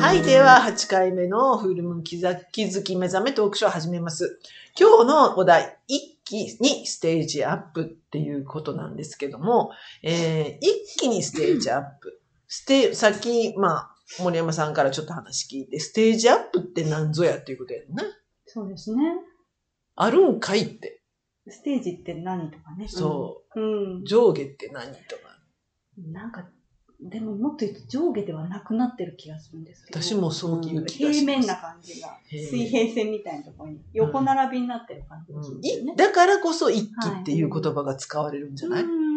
はい、では8回目のフールムーン気づき目覚めトークショーを始めます。今日のお題、一気にステージアップっていうことなんですけども、えー一気にステージアップ。ステさっき、まあ、森山さんからちょっと話聞いて、ステージアップって何ぞやっていうことやんな。そうですね。あるんかいって。ステージって何とかね。。そううんう。。上下って何とか。なんか、でももっと言うと上下ではなくなってる気がするんですけど。私もそういう気がんします平面な感じが。へえ水平線みたいなところに横並びになってる感じがするんですよいね。だからこそ一気っていう言葉が使われるんじゃない、うん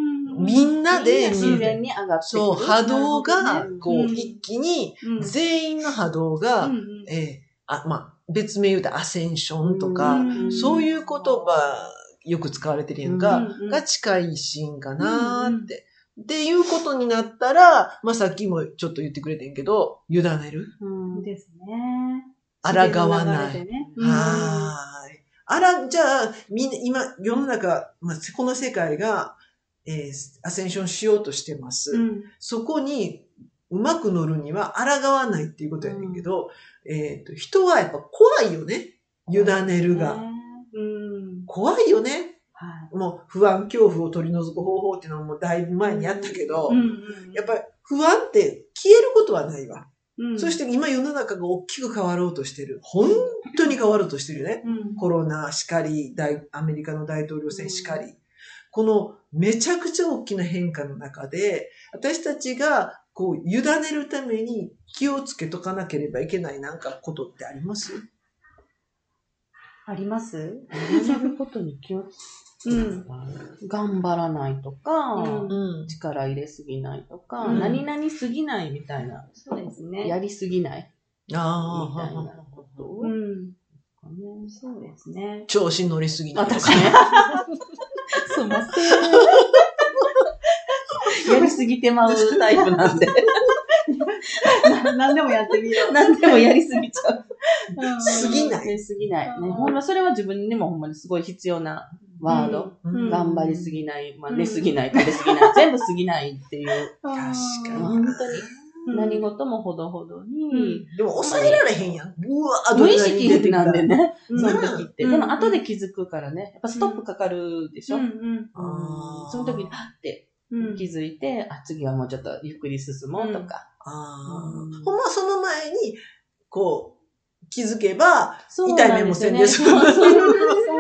みんなで見る自然に上がってくるそう、波動が、こうう、ん一気に、うん全員の波動が、うんええあ、まあ、別名言うとアセンションとか、うんそういう言葉、よく使われてるやんうか、んうんが近いシーンかなーって。っていうことになったら、まあ、さっきもちょっと言ってくれてんけど、委ねるうんですね。抗わない。自然流れでねはーい。あら、じゃあ、みんな、今、世の中、まあ、この世界が、えーアセンションしようとしてます。うんそこに、うまく乗るには抗わないっていうことやねんけど、えっ、と、人はやっぱ怖いよね。委ねるが。ねうん。怖いよね。はもう、不安、恐怖を取り除く方法っていうのはもうだいぶ前にやったけど、い。うんうんやっぱり不安って消えることはないわ。うんそして今世の中が大きく変わろうとしてる。本当に変わろうとしてるよね。うんコロナしかり、大アメリカの大統領選しかり、このめちゃくちゃ大きな変化の中で、私たちがこう、委ねるために気をつけとかなければいけないなんかことってありますあります学ぶことに気をつけうてん。頑張らないとか、うんん。力入れすぎないとか、うん何々すぎないみたいな、そうですね。やりすぎないみたいあなあ、ことを、うん。ねそうですね。調子乗りすぎないと私か ね。すいません。やりすぎ てまうタイプなんで、な何でもやってみよう。何でもやりすぎちゃう。うんすぎないねすぎない。うね、んほんま、それは自分にもほんまにすごい必要なワード。うん頑張りすぎない、まあ、うん寝すぎない、食べすぎ ない、全部すぎないっていう、確確か本当に何事事もほどほどうにん、でも抑えられへんやん。うわ無意識なんで。ね、うそんの時って。うんでも後で気づくからね、やっぱストップかかるでしょ。ううんんあーその時に、はってうんうん気づいて、あ、次はもうちょっとゆっくり進もうとか。ああうんほんまはその前に、こう、気づけば、そうなんですよね。痛い目もそうせんで済むそ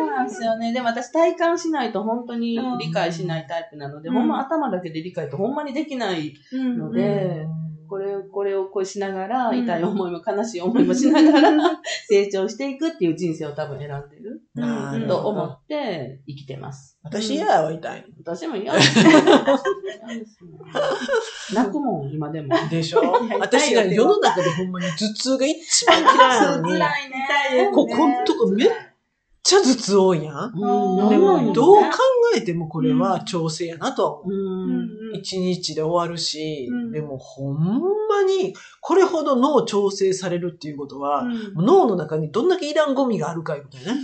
うなんですよね。でも私体感しないと本当に理解しないタイプなので、うんほんま頭だけで理解ってほんまにできないうんのでこれを、これをこうしながら、うん痛い思いも悲しい思いもしながら、成長していくっていう人生を多分選んでるうんなるほとど思って生きてます。私嫌やわ、痛いの。私も嫌ですね。嫌ですね泣くもん、今でも。で しょいや私が痛いよ世の中でほんまに頭痛が一番嫌いなのに、めっいね痛いですねここんとこめっちゃ頭痛多いやん。うん、でうんも、どどうう考えてもこれは調整やなとは思う。ううんん。うん一日で終わるしうん、でもほんまに、これほど脳調整されるっていうことは、うん脳の中にどんだけいらんゴミがあるかいうこと やね。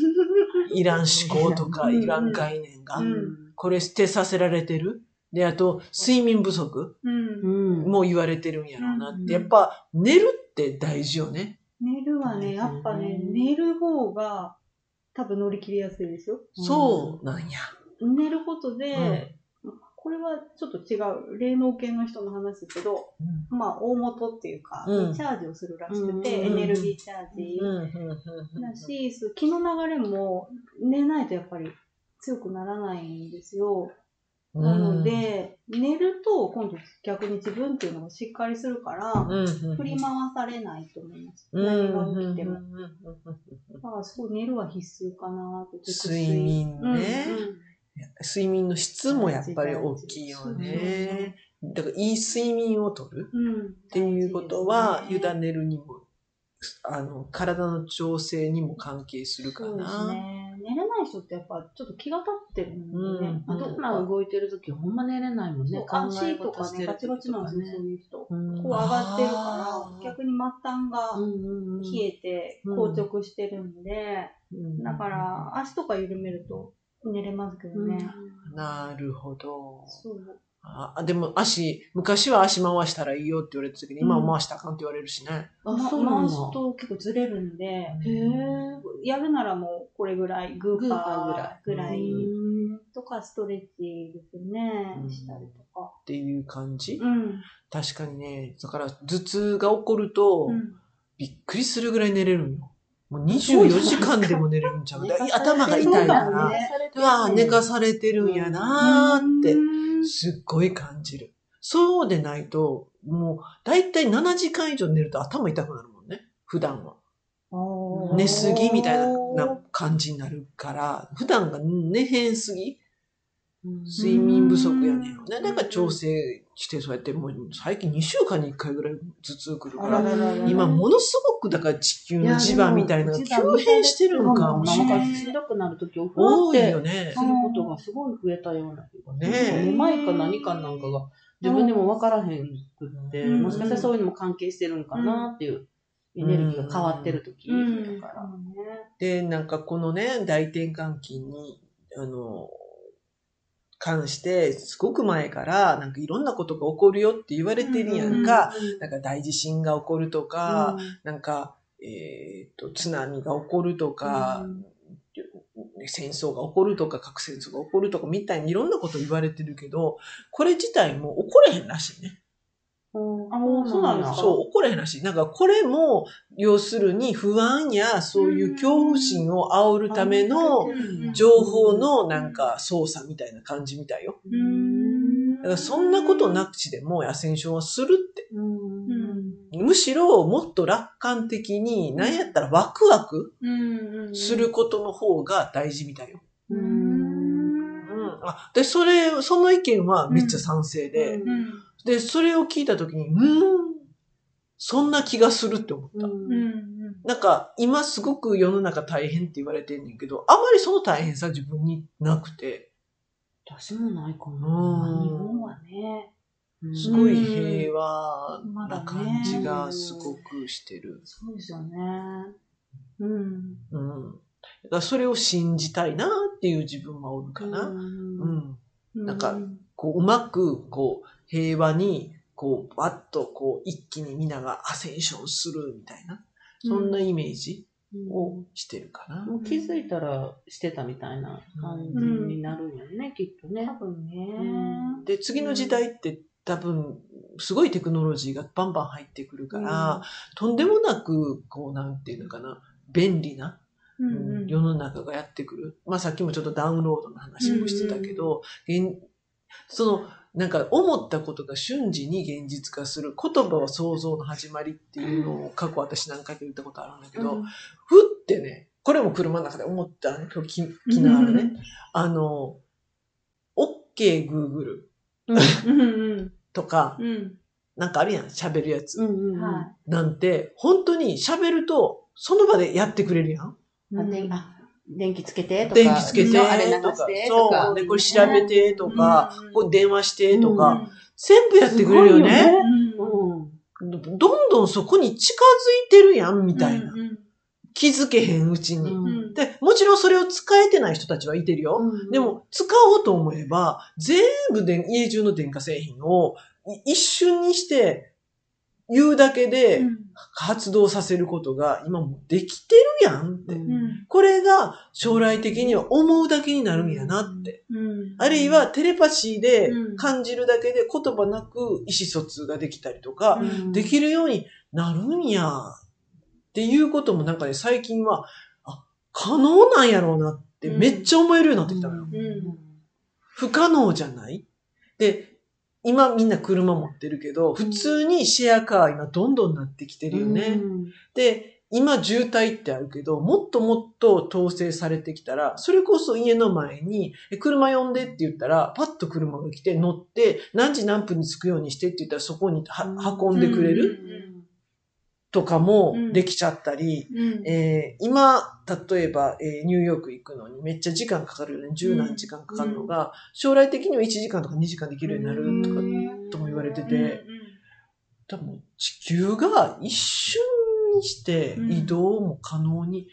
いらん思考とか、うんいらん概念がう。んこれ捨てさせられてる。で、あと、睡眠不足うんうん。も言われてるんやろうなって。うやんっぱ、寝るって大事よね。寝るはね、やっぱね、寝る方が多分乗り切りやすいですよ。そうなんや。寝ることで、うんこれはちょっと違う、霊能系の人の話ですけど、まあ、大元っていうか、うんチャージをするらしくて、うんエネルギーチャージうんうんうんだし、そう気の流れも寝ないとやっぱり強くならないんですよ。うんなの、で、寝ると今度逆に自分っていうのがしっかりするから、うんうんうん振り回されないと思います。うん何が起きても。うんうんうんうんだからそう、寝るは必須かなって。睡眠ねうん睡眠の質もやっぱり大きいよね。だから、いい睡眠をとるうん。うん。っっていうことは、委ねるにも、あの、体の調整にも関係するかそうですな。ね。寝れない人ってやっぱちょっと気が立ってるんでね。うんあと頭が動いてるとき、ほんま寝れないもんね。そう、考え足と事かしてね、るガチガ時チなとんかですよ、そうね。いう人。こううん上がってるから、逆に末端がうんうんうん冷えてうん硬直してるんで、うんだから、足とか緩めると寝れますけどね。なるほど。そう。あでも足、昔は足回したらいいよって言われた時に、今は回したらあかんって言われるしね。まあ、そうな回んだ。すと結構ずれるんで、へえ。やるならもうこれぐらい、グーパーグぐーパーぐららいいうんとか、ストレッチですねう、んしたりとか。っていう感じ。うん。確かにね。だから、頭痛が起こると、うんびっくりするぐらい寝れるのよ。もう24時間でも寝れるんちゃうだから頭が痛いから、そうだねうわぁ、寝かされてるんやなーってう、んすっごい感じる。そうでないと、もう、だいたい7時間以上寝ると頭痛くなるもんね。普段は。おー寝すぎみたいなな感じになるから、普段が寝へんすぎ睡眠不足やねんよね。だから調整して、そうやってもう最近2週間に1回ぐらい頭痛くるかあらら、ららら今ものすごくだから地球の磁場みたいなのが急変してるのかもしれななんい。かしんどくなるとき、お風呂っ多いてよねす。ることがすごい増えたような気がするねえめまいか何かなんかが自分でも分からへんくって、うんもしかしたらそういうのも関係してるんかなっていう、エネルギーが変わってる時うん。だから。で、なんかこのね、大転換期に、あの、関して、すごく前から、なんかいろんなことが起こるよって言われてるやんか、なんか大地震が起こるとか、なんか、えっと、津波が起こるとか、戦争が起こるとか、核戦争が起こるとかみたいにいろんなこと言われてるけど、これ自体も起これへんらしいね。うんあもうそうなんですかそう、起これへんらしい。なんかこれも、要するに不安やそういう恐怖心を煽るためのうん情報のなんか操作みたいな感じみたいよ。うんだからそんなことなくちでもアセンションはするって。うんうんむしろもっと楽観的に、なんやったらワクワクうんす。ることの方が大事みたいよ。う。うんん。あ、で、それ、その意見はめっちゃ賛成で、うんで、それを聞いたときに、うーん、そんな気がするって思った。うん。うん。なんか、今すごく世の中大変って言われてんねんけど、あまりその大変さ自分になくて、私もないかな。うん日本はね、うんすごい平和な感じがすごくしてる。そうですよね。うん。うん。だからそれを信じたいなっていう自分はおるかうな。うんん。なんかこう、うまく、こう、平和に、こう、わっと、こう、一気に皆がアセンションするみたいな、そんなイメージをしてるかな。もう気づいたらしてたみたいな感じになるんやね、きっとね。多分ね。うんで、次の時代って多分、すごいテクノロジーがバンバン入ってくるから、とんでもなく、こう、なんていうのかな、便利な、うん世の中がやってくる。まあ、さっきもちょっとダウンロードの話もしてたけど、現その、なんか思ったことが瞬時に現実化する言葉は想像の始まりっていうのを過去私何回か言ったことあるんだけど、うんふってね、これも車の中で思ったね、今日き昨日あるね、あの、OK Google うんうんとか、うん。なんかあるやん、喋るやつ。うんうんはなんて、本当に喋ると、その場でやってくれるやん。い。あ電あ電気つけてとか。電気つけてあれ流とかして、とそか。う。で、これ調べてとか、うんこれ電話してとうか、ん全部やってくれるよね。うんうどんどんそこに近づいてるやん、みたいなう。ん気づけへんうちに。うんんで、もちろんそれを使えてない人たちはいてるよ。んで、も、使おうと思えば、全部で家中の電化製品をい一瞬にして、言うだけで発動させることが今もうできてるやんって。うんうんこれが将来的には思うだけになるんやなって。うんあるいはテレパシーでうん感じるだけで言葉なく意思疎通ができたりとか、うんできるようになるんや。っていうこともなんかね、最近は、あ、可能なんやろうなってめっちゃ思えるようになってきたのよ。不可能じゃないで、今みんな車持ってるけど、普通にシェアカー今どんどんなってきてるよね。うんで、今渋滞ってあるけど、もっともっと統制されてきたら、それこそ家の前に、え車呼んでって言ったら、パッと車が来て乗って、何時何分に着くようにしてって言ったら、そこには運んでくれるとかもうんできちゃったり、うんえー今、例えば、えーニューヨーク行くのにめっちゃ時間かかるよね、十何時間かかるのが、将来的には1時間とか2時間できるようになるとか、とも言われてて多分地球が一瞬にして移動も可能に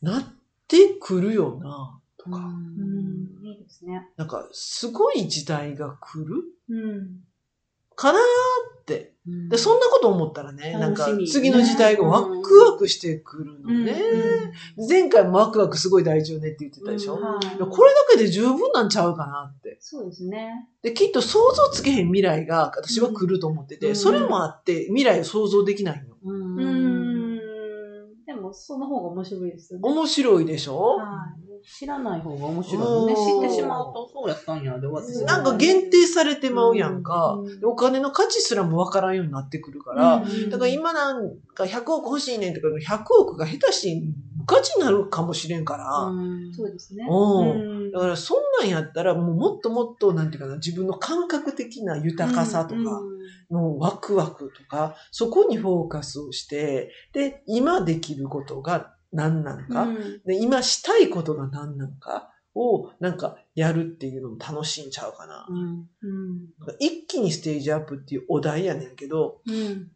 なってくるよな、とか。うん、いいですね。なんか、すごい時代が来るうん。かなーって。で、そんなこと思ったらね、なんか楽しみ、次の時代がワクワクしてくるのね。前回もワクワクすごい大事よねって言ってたでしょ、うんいはいやこれだけで十分なんちゃうかなって。そうですね。で、きっと想像つけへん未来が私は来ると思ってて、うんそれもあって未来を想像できないの。うんううんん。でも、その方が面白いですよね。面白いでしょ、はい。知らない方が面白いね。うん知ってしまうと、そうやったんや、で終わってしまなうんか限定されてまうやんうか。んでお金の価値すらもわからんようになってくるから、うんだから今なんか100億欲しいねんとか、100億が下手して無価値になるかもしれんから、うんそうですね。うんんだからそんなんやったらもうもっともっとなんていうかな、自分の感覚的な豊かさとか、うんもうワクワクとか、そこにフォーカスをして、で、今できることが何なのか、うんで今したいことが何なのかをなんかやるっていうのも楽しいんちゃうかな。うんうん一気にステージアップっていうお題やねんけど、うん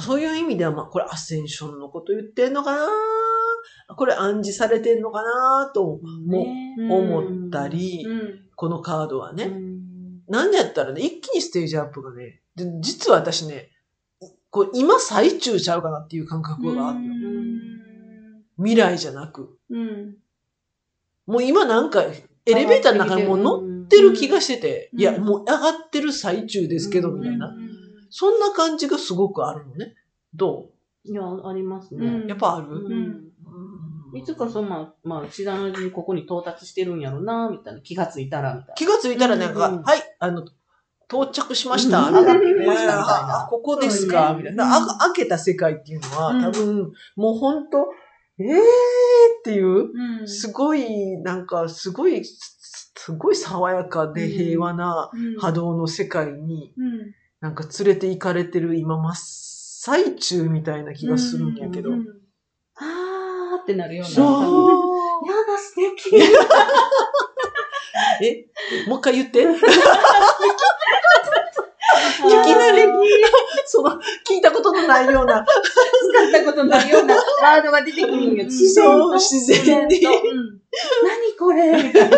そういう意味ではまあこれアセンションのこと言ってんのかなこれ暗示されてんのかなともね思ったり、うんこのカードはね、うんなんでやったらね、一気にステージアップがね、で実は私ね、こう今最中ちゃうかなっていう感覚があるのよ。未来じゃなく。うんもう今なんか、エレベーターの中にもう乗ってる気がしてて、うんいや、もう上がってる最中ですけど、うんみたいな。うんそんな感じがすごくあるのね。どいや、ありますうねん。うやっぱある、うんうんいつかそのまあ、まあ、知らないうちにここに到達してるんやろな、みたいな。気がついたら、みたい気がついたらなんか、うんはい、あの、到着しました。うんみたいなうんいやいやああここですか、そうねみたいな。あ開けた世界っていうのは、うん多分、もう本当えーっていう、うんすごい、なんか、すごい、すすごい爽やかで平和なうん波動の世界に、うんなんか連れて行かれてる今真っ最中みたいな気がするんやけどう。んな。はーってなるような。そうやだ、素 敵。素え、もう一回言って。い敵きなり、 その、聞いたことのないような、使ったことないようなワードが出てくるんよ。自然 そう、と。自然に。うん何こ れみたいな。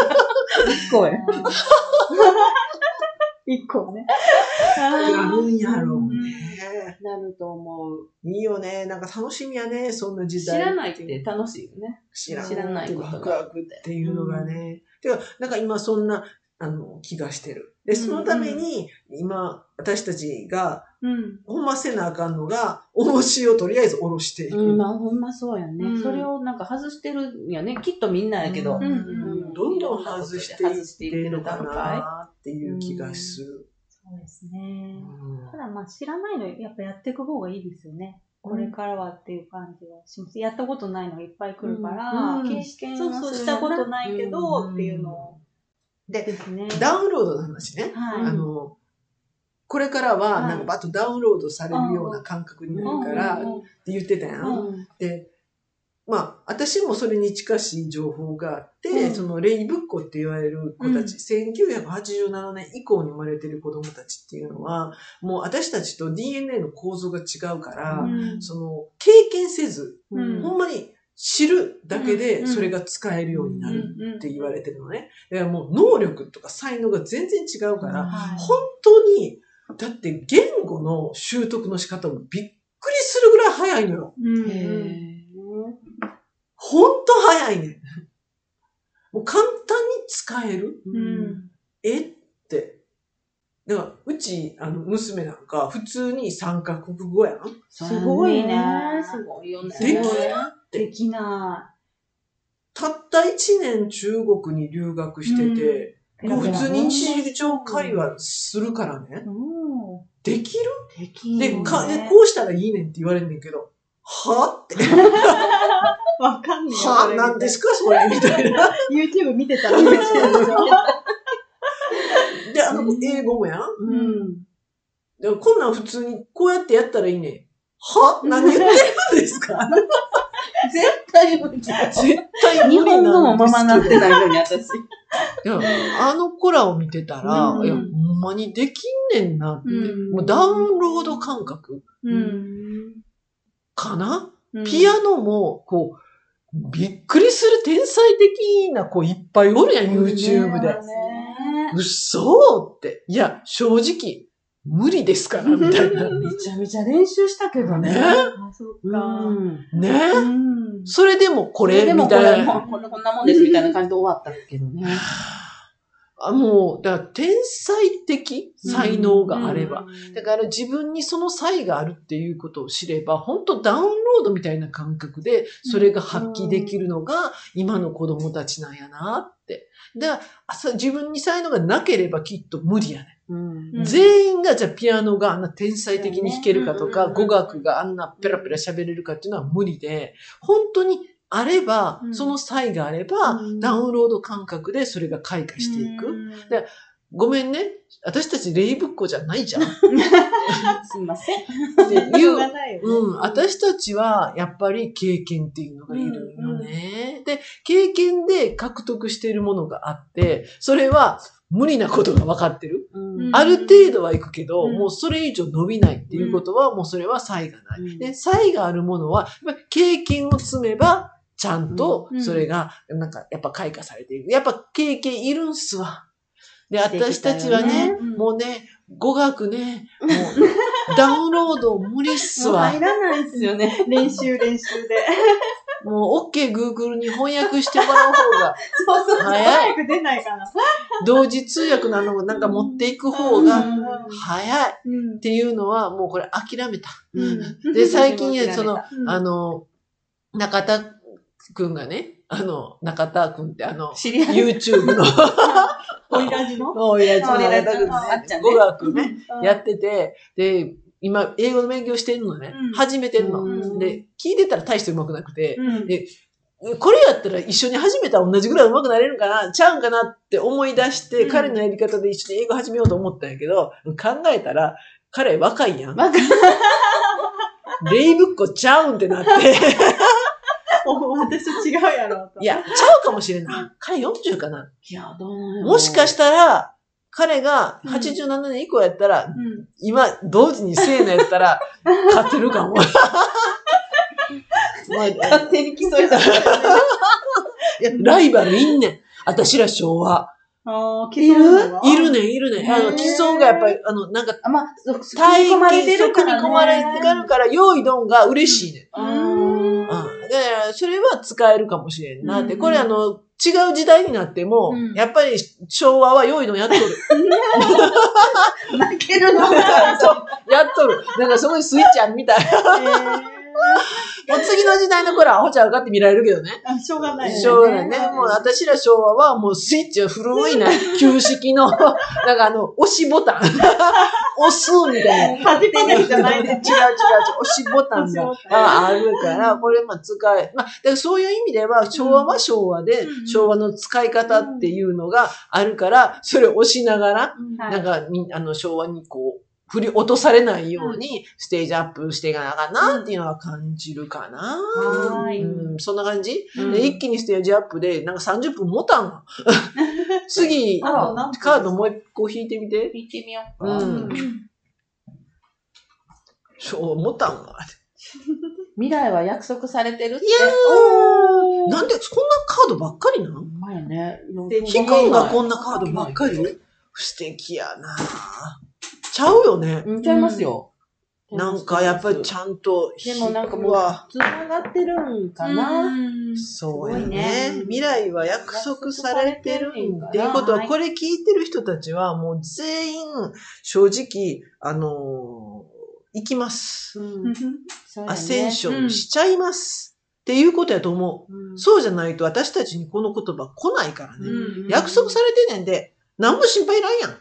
声。 一個ね。やるんやろうね。なると思う。いいよね。なんか楽しみやね、そんな時知代。らないって楽しいよね。知らん知らないことがワクワクっていうのがね。てか、なんか今そんな、あの、気がしてる。で、そのために、今、私たちが、うん。ほんませなあかんのが、おろしをとりあえずおろしていく。うん、まあほんまそうやね。うんそれをなんか外してるんやね。きっとみんなやけど。うんうんうんどんどん外していってるかなっていう気がする。そうですねう。たんだまあ知らないの、やっぱやっていく方がいいですよね。これからはっていう感じはします。やったことないのがいっぱい来るから、うんうん経験はしたことないけど、っていうのを。で、ですね。ダウンロードの話ね。はい。あの、これからは、はいなんかバッとダウンロードされるような感覚になるから、うっんうんて言ってたやん。うんで、まあ、私もそれに近しい情報があって、うんそのレイブッコって言われる子たち、1987年以降に生まれてる子供たちっていうのは、もう私たちと DNA の構造が違うから、うんその、経験せず、うんほんまに知るだけうでんそれが使えるようになるうんうんって言われてるのね。だからもう能力とか才能が全然違うから、はい本当に、だって言語の習得の仕方もびっくりするぐらい早いのよ。うんへうんーほんと早いねん。もう簡単に使える。うんえって。だから、うち、あの、娘なんか、普通に三角語やん。すごいねすごいよね。できるできなたった一年中国に留学してて、い。もう普通に一日常会話するからね。うん。できるできでるねかで、こうしたらいいねんって言われんねんけど、はって。わかんねえよ。はなんですかそれみたいな。 ?YouTube 見てたら見てで、あの、英語もやん。ううんん。でもこんなん普通にこうやってやったらいいね。は 何言ってるんです か絶対無理。絶対日無理本語なもんでますまなっけてないのに、私。ど。いやあの子らを見てたら、うんいや、ほんまにできんねんな。うんもうダウンロード感覚うん。かな、うんピアノも、こう、びっくりする天才的な子いっぱいおるやん、YouTube で。ね嘘って。いや、正直、無理ですから、みたい な。 めちゃめちゃ練習したけどね。ねあ、そっうか。ん。ねうん。それでもここれれ、でもみこたれいな。もこんなこんなもんですみたいな感じで終わったけど ね。あもう、だから天才的才能があれば。うん。だから自分にその才があるっていうことを知れば、本当ダウンロードみたいな感覚で、それが発揮できるのが今の子供たちなんやなって。だからあさ自分に才能がなければきっと無理やね。うんうん全員がじゃあピアノがあんな天才的に弾けるかとか、そうね語学があんなペラペラ喋れるかっていうのは無理で、本当にあればう、んその才があればう、んダウンロード感覚でそれが開花していく。うん。でごめんね。私たちレイぶっ子じゃないじゃん。すいません。っていう がないよねうん、私たちはやっぱり経験っていうのがいるよね。で、経験で獲得しているものがあって、それは無理なことが分かってる。うんある程度はいくけど、うんもうそれ以上伸びないっていうことは、もうそれは差異がない。うんで、差異があるものは、やっぱり経験を積めば、ちゃんとうんそれが、なんかやっぱ開花されていく。やっぱ経験いるんすわ。で、していきたい私たよねちはね、うんもうね、語学ね、もうダウンロード無理っすもうわ入。らないですよね。練習練習で。もう OK Google に翻訳してもらう方が、そうそうそう。早 早く出ないかな。同時通訳なのをなんか持っていく方うがん早いっうん。ていうのはもうこれ諦めた。うんで、最近ね、その、うんあの、中田くんがね、あの、中田くんってあの、知り合い。 YouTube の、おいらじの。おいらじのあ中田くんあっちねゃんね語学ね、やっててて、で、今、英語の勉強してんのねうん、始めてんうの。んで、聞いてたら大して上手くなくて、うんでこれやったら一緒に始めたら同じぐらい上手くなれるんかな、ちゃうんかなって思い出して、うん彼のやり方で一緒に英語始めようと思ったんやけど、考えたら、彼若いやん。若 レイブっ子ちゃうんってなって。お私違うやろ、と。いや、ちゃうかもしれない。彼40かな。いや、どうなんやろもしかしたら、彼が87年以降やったら、うん。今、同時にせーのやった ら、勝てるかも。まあい勝手に競いだ。やライバルいんねん。私ら昭和。ああ、いるいるねん、いるねん。あへの、ー基礎がやっぱり、あの、なんか、あ、まあ、そう体組み込まれて系るとか組らねみ込まれてるから、用意どんが嬉しいねん。ううんん。だから、それは使えるかもしれんなって。うんこれ、あの、違う時代になっても、うんやっぱり昭和は用意どんやっとる。泣けるのが。 そう、やっとる。なんかすごいスイッチあるみたい。 もう次の時代の頃はアホちゃうかって見られるけどね。あ、しょうがないよね。昭和だね。もう私ら昭和はもうスイッチは古いな。旧式 の、なんかあの、押しボタン。押すみたいな。勝手なじゃない違う違う違ね。う、押しボタンが押しボタンああるから、これも使え、まあ、だからそういう意味では、昭和は昭和で、うん昭和の使い方っていうのがあるから、それを押しながら、はいなんかみ、あの、昭和にこう、振り落とされないように、ステージアップしていかなあかんなっていうのは感じるかな。はーいうん、そんな感じ、うんで一気にステージアップで、なんか30分持たんの。次、あと何分カードもう一個引いてみて。行ってみよううか。ん。そう、持たんわ。未来は約束されてるって。いやーなんでこんなカードばっかりなうのまいね。でヒ低くんいがわこんなカードばっかり素敵やなちゃうよね。うんちゃいますよ。なんかやっぱりちゃんとで引くわ。もなんかもう、つながってるんかな。そうやねすごいね未来は約束されてるんっていうことは、これ聞いてる人たちはもう全員正直、あのー行きます。うんそうやねアセンションしちゃいます。っていうことやと思う。うんそうじゃないと私たちにこの言葉来ないからね。うん約束されてんねんで、何も心配いらんやん。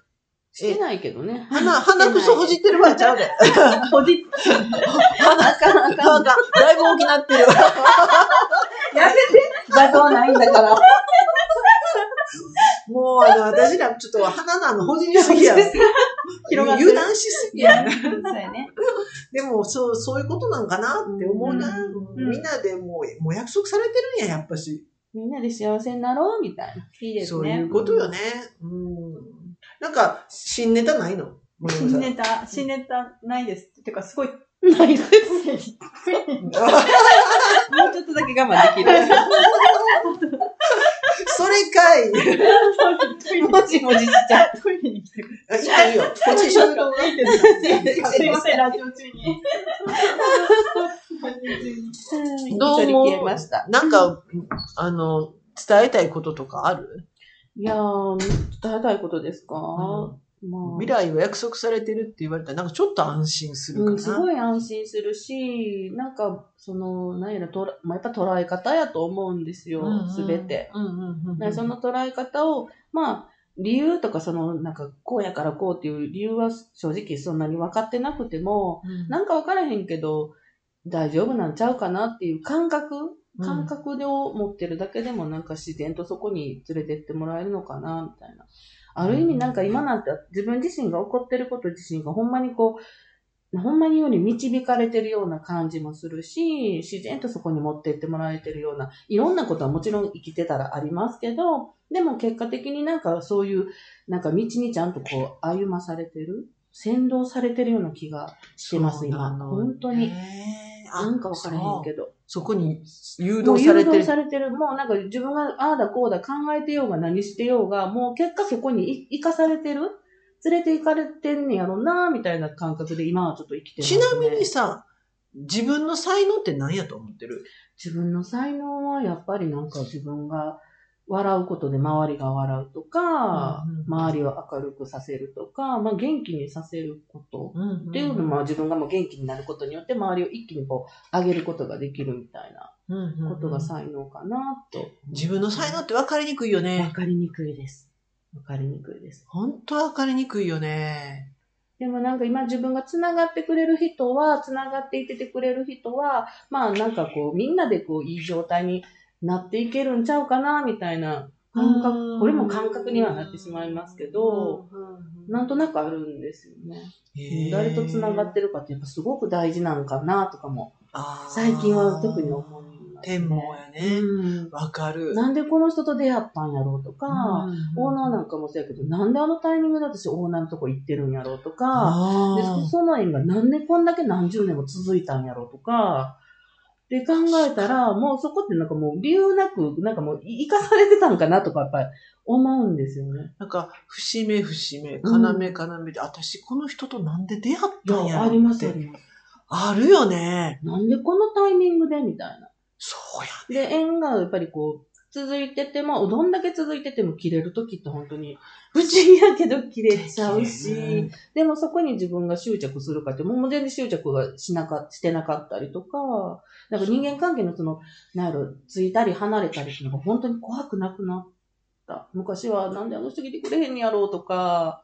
してないけ どね。鼻、鼻くそほじってる場合ちゃうで。ほじ鼻か、鼻か、だいぶ大きなってる。やめて画像ないんだから。もう、あの、私らちょっと鼻のあの、ほじりすぎ や。広がってる油断しすぎや。そうやね。でも、そう、そういうことなんかなって思うな。うんうんみんなでもう、もう約束されてるんや、やっぱし。みんなで幸せになろうみたいな。いいですそういねう。ことよね。うん。なんか、新ネタないの 新ネタ、新ネタないです。てか、すごいないです。もうちょっとだけ我慢できる。 それかい。もじもじしちゃう。トイレに来てくあいい よ、いいよ。こっち一緒にいいけどすいません、ラジオ中に。ラジオ中に。どう一も人消えました。なんか、あの、伝えたいこととかある、いやー、伝えたいことですか、まあ、未来は約束されてるって言われたら、なんかちょっと安心するかな。うん、すごい安心するし、なんか、その、何やら、とらまあ、やっぱ捉え方やと思うんですようんうん、すべて。。うんうんうんだからその捉え方を、まあ、理由とか、その、なんか、こうやからこうっていう理由は正直そんなに分かってなくても、うんなんか分からへんけど、大丈夫なんちゃうかなっていう感覚うん感覚で持ってるだけでもなんか自然とそこに連れてってもらえるのかなみたいな。ある意味なんか今なんて自分自身が起こってること自身がほんまにこう、ほんまにより導かれてるような感じもするし、自然とそこに持ってってもらえてるような、いろんなことはもちろん生きてたらありますけど、でも結果的になんかそういう、なんか道にちゃんとこう歩まされてる、先導されてるような気がしてます、今。そうなの本当に。ねえあなんかわからへんけど。そうそこに誘もう導さ誘れて導る。されてる。もうなんか自分がああだこうだ考えてようが何してようが、もう結果そこに生かされてる連れて行かれてんねやろなみたいな感覚で今はちょっと生きてます、ちね。なみにさ、自分の才能って何やと思ってる自分の才能はやっぱりなんか自分が笑うことで周りが笑うとか、うんうん周りを明るくさせるとか、まあ元気にさせること。っっていうのも自分がもう元気になることによって周りを一気にこう上げることができるみたいなことが才能かなと、自分の才能って分かりにくいよわね。かりにくいです。わかりにくいです。本当は分かりにくいよね。でもなんか今自分が繋がってくれる人は、繋がっていててくれる人は、まあなんかこうみんなでこういい状態になっていけるんちゃうかな、みたいな感う覚、んこれも感覚にはなってしまいますけど、ななんとなくあるんですよね。へー誰と繋がってるかってやっぱすごく大事なんかなとかも、あー最近は特に思いますね。天網やね。うんわかる。なんでこの人と出会ったんやろうとか、オーナーなんかもそうやけど、なんであのタイミングで私オーナーのとこ行ってるんやろうとか、あでーその縁がなんでこんだけ何十年も続いたんやろうとか、で考えたら、もうそこってなんかもう理由なく、なんかもう生かされてたんかなとかやっぱり思うんですよね。なんか、節目節目、要要で、私この人となんで出会ったんいやや、ろありますっあてります。あるよね。なんでこのタイミングでみたいな。そうや。で、縁がやっぱりこう、続いてても、どんだけ続いてても切れる時って本当に、不思議やけど切れちゃうし、でもそこに自分が執着するかって、もう全然執着がしなか、してなかったりとか、なんか人間関係のその、なんやろ、ついたり離れたりっていうのが本当に怖くなくなった。昔はなんであの人来てくれへんやろうとか、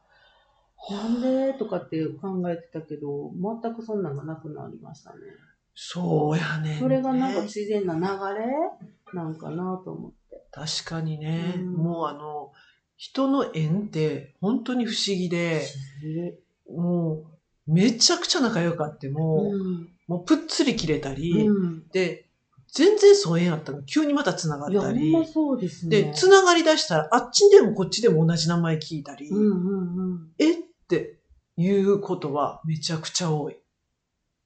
なんでとかって考えてたけど、全くそんなんがなくなりましたね。そうやね。それがなんか自然な流れなんかなと思って。確かにね、うんもうあの、人の縁って本当に不思議で、もう、めちゃくちゃ仲良かっても、うん。もうぷっつり切れたり、うん。で、全然疎遠あったのに急にまた繋がいや、っほたんり、まそうですね。で、繋がり出したら、あっちでもこっちでも同じ名前聞いたり、うんうんうん。えっていうことはめちゃくちゃ多い。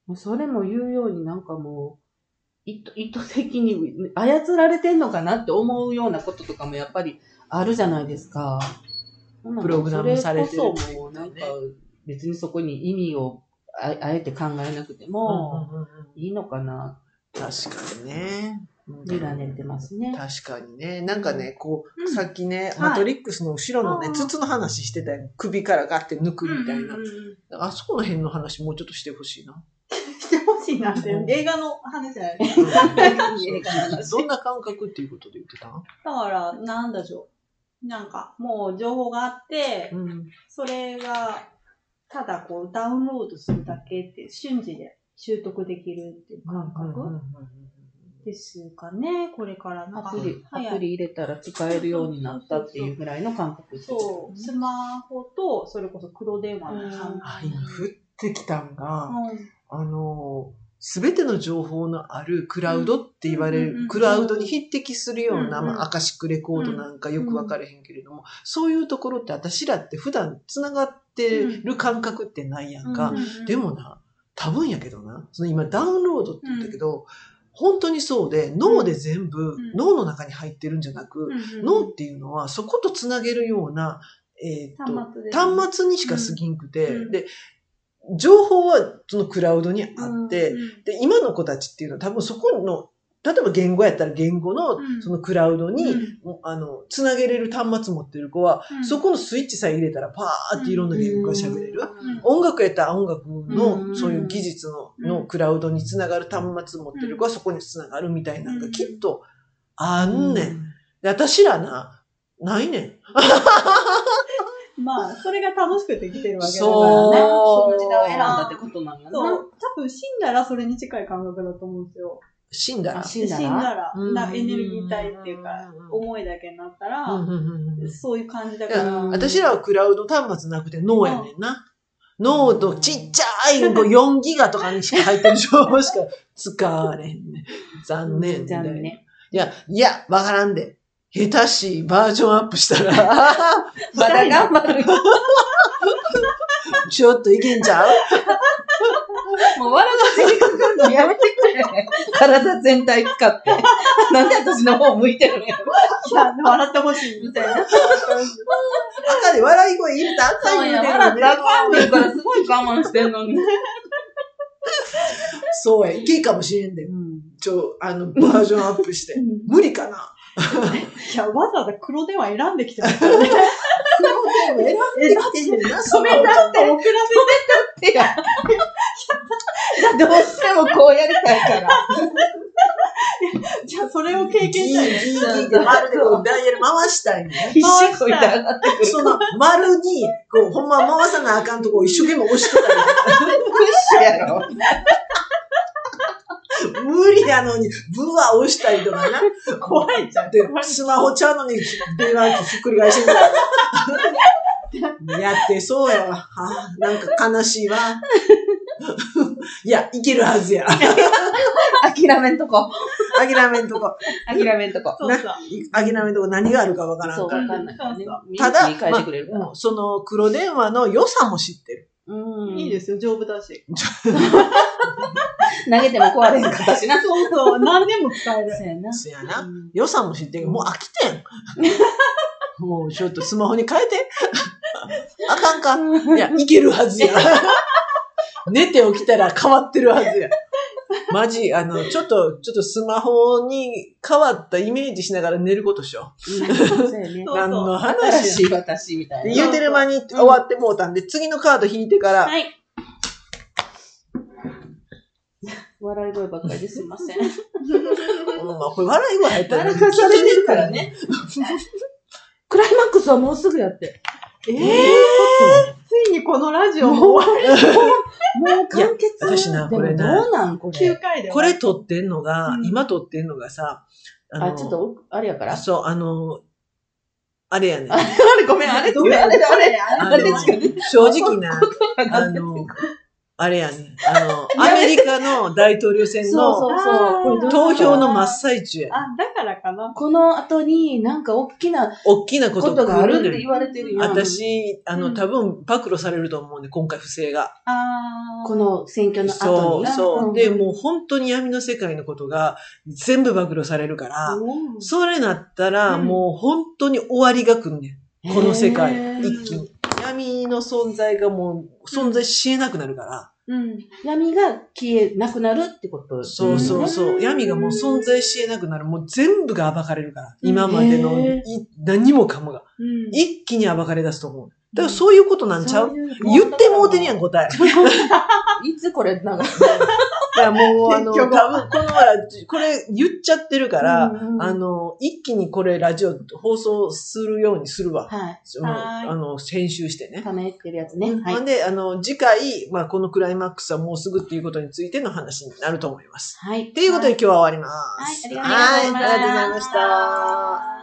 もうそれも言うようになんかもう、意図意図的に操られてんのかなって思うようなこととかもやっぱりあるじゃないですか。プログラムされてるそっれこてそいうもうかなんかね別にそこに意味をああえて考えなくてもうんうんうんいいのかな確かにね。って委ねてますね。確かにね。なんかね、こう、うんさっきね、はいマトリックスの後ろのね、あー筒の話してたよ。首からガッて抜くみたいな。うんうんうんあそこの辺の話もうちょっとしてほしいな。してほしいなって。映画の話じゃない。映画の話 どんな感覚っていうことで言ってたのだから、なんだろう。なんか、もう情報があって、うん。それが、ただこう、ダウンロードするだけって、瞬時で習得できるっていう感うんうん覚うんですかね、これからなんアかプリ、早いアプリ入れたら使えるようになったっていうぐらいの感覚そう、スマホと、それこそ黒電話の感あ、覚。今降ってきたんが、うんあの、すべての情報のあるクラウドって言われうんうんうんうる、んクラウドに匹敵するような、うんうんまあ、アカシックレコードなんかよくわかれへんけれども、そういうところって私らって普段繋がってる感覚ってないやんか。うんうんうんでもな、多分やけどな。その今ダウンロードって言ったけど、本当にそうで、脳で全部、ん脳の中に入ってるんじゃなく、うん脳っていうのはそことつなげるような、えーっと、端末で。端末にしか過ぎんくて、うんで、情報はそのクラウドにあって、うんで、今の子たちっていうのは多分そこの、例えば言語やったら言語のうんそのクラウドに、うんもうあの、つなげれる端末持ってる子は、うんそこのスイッチさえ入れたらパーっていろんな言語が喋れる。ん音楽やったら音楽うの、んそういう技術の,、うんのクラウドにつながる端末持ってる子はそこにつながるみたいなのがきっとあんねん。で私らな、ないねん。まあ、それが楽しくて生きてるわけだからね。そうその時代を選んだってことなんやそな。う。多分死んだらそれに近い感覚だと思うんですよ。死んだら。死んだら死んだら、うんなエネルギー体っていうか、思いだけになったら、うんうんうんうんそういう感じだだか。かららうん私らはクラウド端末なくて脳やねんな。脳とちっちゃいこう4ギガとかにしか入ってる情報しか使われへんねん。残念みたいな。残念いや、いや、わからんで。下手しバージョンアップしたら、 まだが、張る。ちょっといけんちゃうもう笑わせてくるのやめてくれ。体全体使って。なんで私の方向いてるのやろ。いや 笑ってほしいみたいな。赤で笑い声入れたらあかん言うてんのにねかんねんからすごい我慢してんのに。そうや、いけんかもしれんで。ちょ、あの、バージョンアップして。無理かな。いや、わざわざ黒電話選んできて ますからね。でも選んできてんねんな、ごめんなさいって送らいや、どうしてもこうやりたいから。せて、じゃあそれを経験したいね。ギーギーギーって丸でこうダイヤル回したいねんね。必死こいて上がってくる。その丸に、こう、ほんま回さなあかんとこを一生懸命押してたクッシュやろ。り、無理なのに、ブワー押したりとかな。怖いじゃん。で怖い、スマホちゃうのに、電話機ひっくり返してみたいな。やってそうやわ。はあ、なんか悲しいわ。 いや、いけるはずや。諦めんとこ。諦めんとこ。諦めんとこ。そうそう。諦めんとこ何があるかわからそんう、わから。かんないからね。ただ、見に返してくれるからまあうんその黒電話の良さも知ってる。うんいいですよ、丈夫だし。投げても壊れへんかったしな。そうそう、何でも使える。うやなそやな。うん良さも知ってる。もう飽きて ん。もうちょっとスマホに変えて。あかんか。いや、いけるはず や。寝て起きたら変わってるはずや。マジ、あの、ちょっと、ちょっとスマホに変わったイメージしながら寝ることしよそうやねう。そうそう何の新話しやい私みたいでな。言うてる間に終わってもうたんで、次のカード引いてから、はい。笑い声ばっかりですいません。うんまあ、これ笑い声入ったら、笑かされてるからね。クライマックスはもうすぐやって。ええー、ついにこのラジオも終わもう完い結。や私なこれでなもどうなんこりれ9。回で終わこるれ撮ってんのが、うん今撮ってんのがさ、ああ、ちょっと奥、あれやから。そう、あの、あれやね。れごめん、あれ、ごめん、あれ、あれ、ああのれ、あれ、正直な、ああの、あれやね。あの、アメリカの大統領選そのうそうそう。投票の真まっ最中やね。あ、だからかな。この後になんか大きな大きなここととががああるんるってで言。われてるよ。私、あうの、ん多分、暴露されると思うね、今回不正が。あーこ、の選挙の後そにう、な。そう。んで、もう本当に闇の世界のことが全部暴露されるから、うんそれなったら、うんもう本当に終わりが来るねん。この世界へー一気に。闇の存在がもう存在しえなくなるから。うん。闇が消えなくなるってことですそねうそうそう。闇がもう存在しえなくなる。もう全部が暴かれるから。今までのへーい何もかもが。うん。一気に暴かれ出すと思う。だからそういうことなんちゃう言ってもうてるやん、答え。いつこれ、なんか、いや、もうあの、結多局分この、これ言っちゃってるから、うんあ、の、一気にこれラジオ放送するようにするわ。はい。そのはいあの、編集してね。ためってるやつね。はいほん。で、あの、次回、まあ、このクライマックスはもうすぐっていうことについての話になると思います。はい。ということで今日は終わりまはいす。、ありがとうございました。はいありがとうございました。た。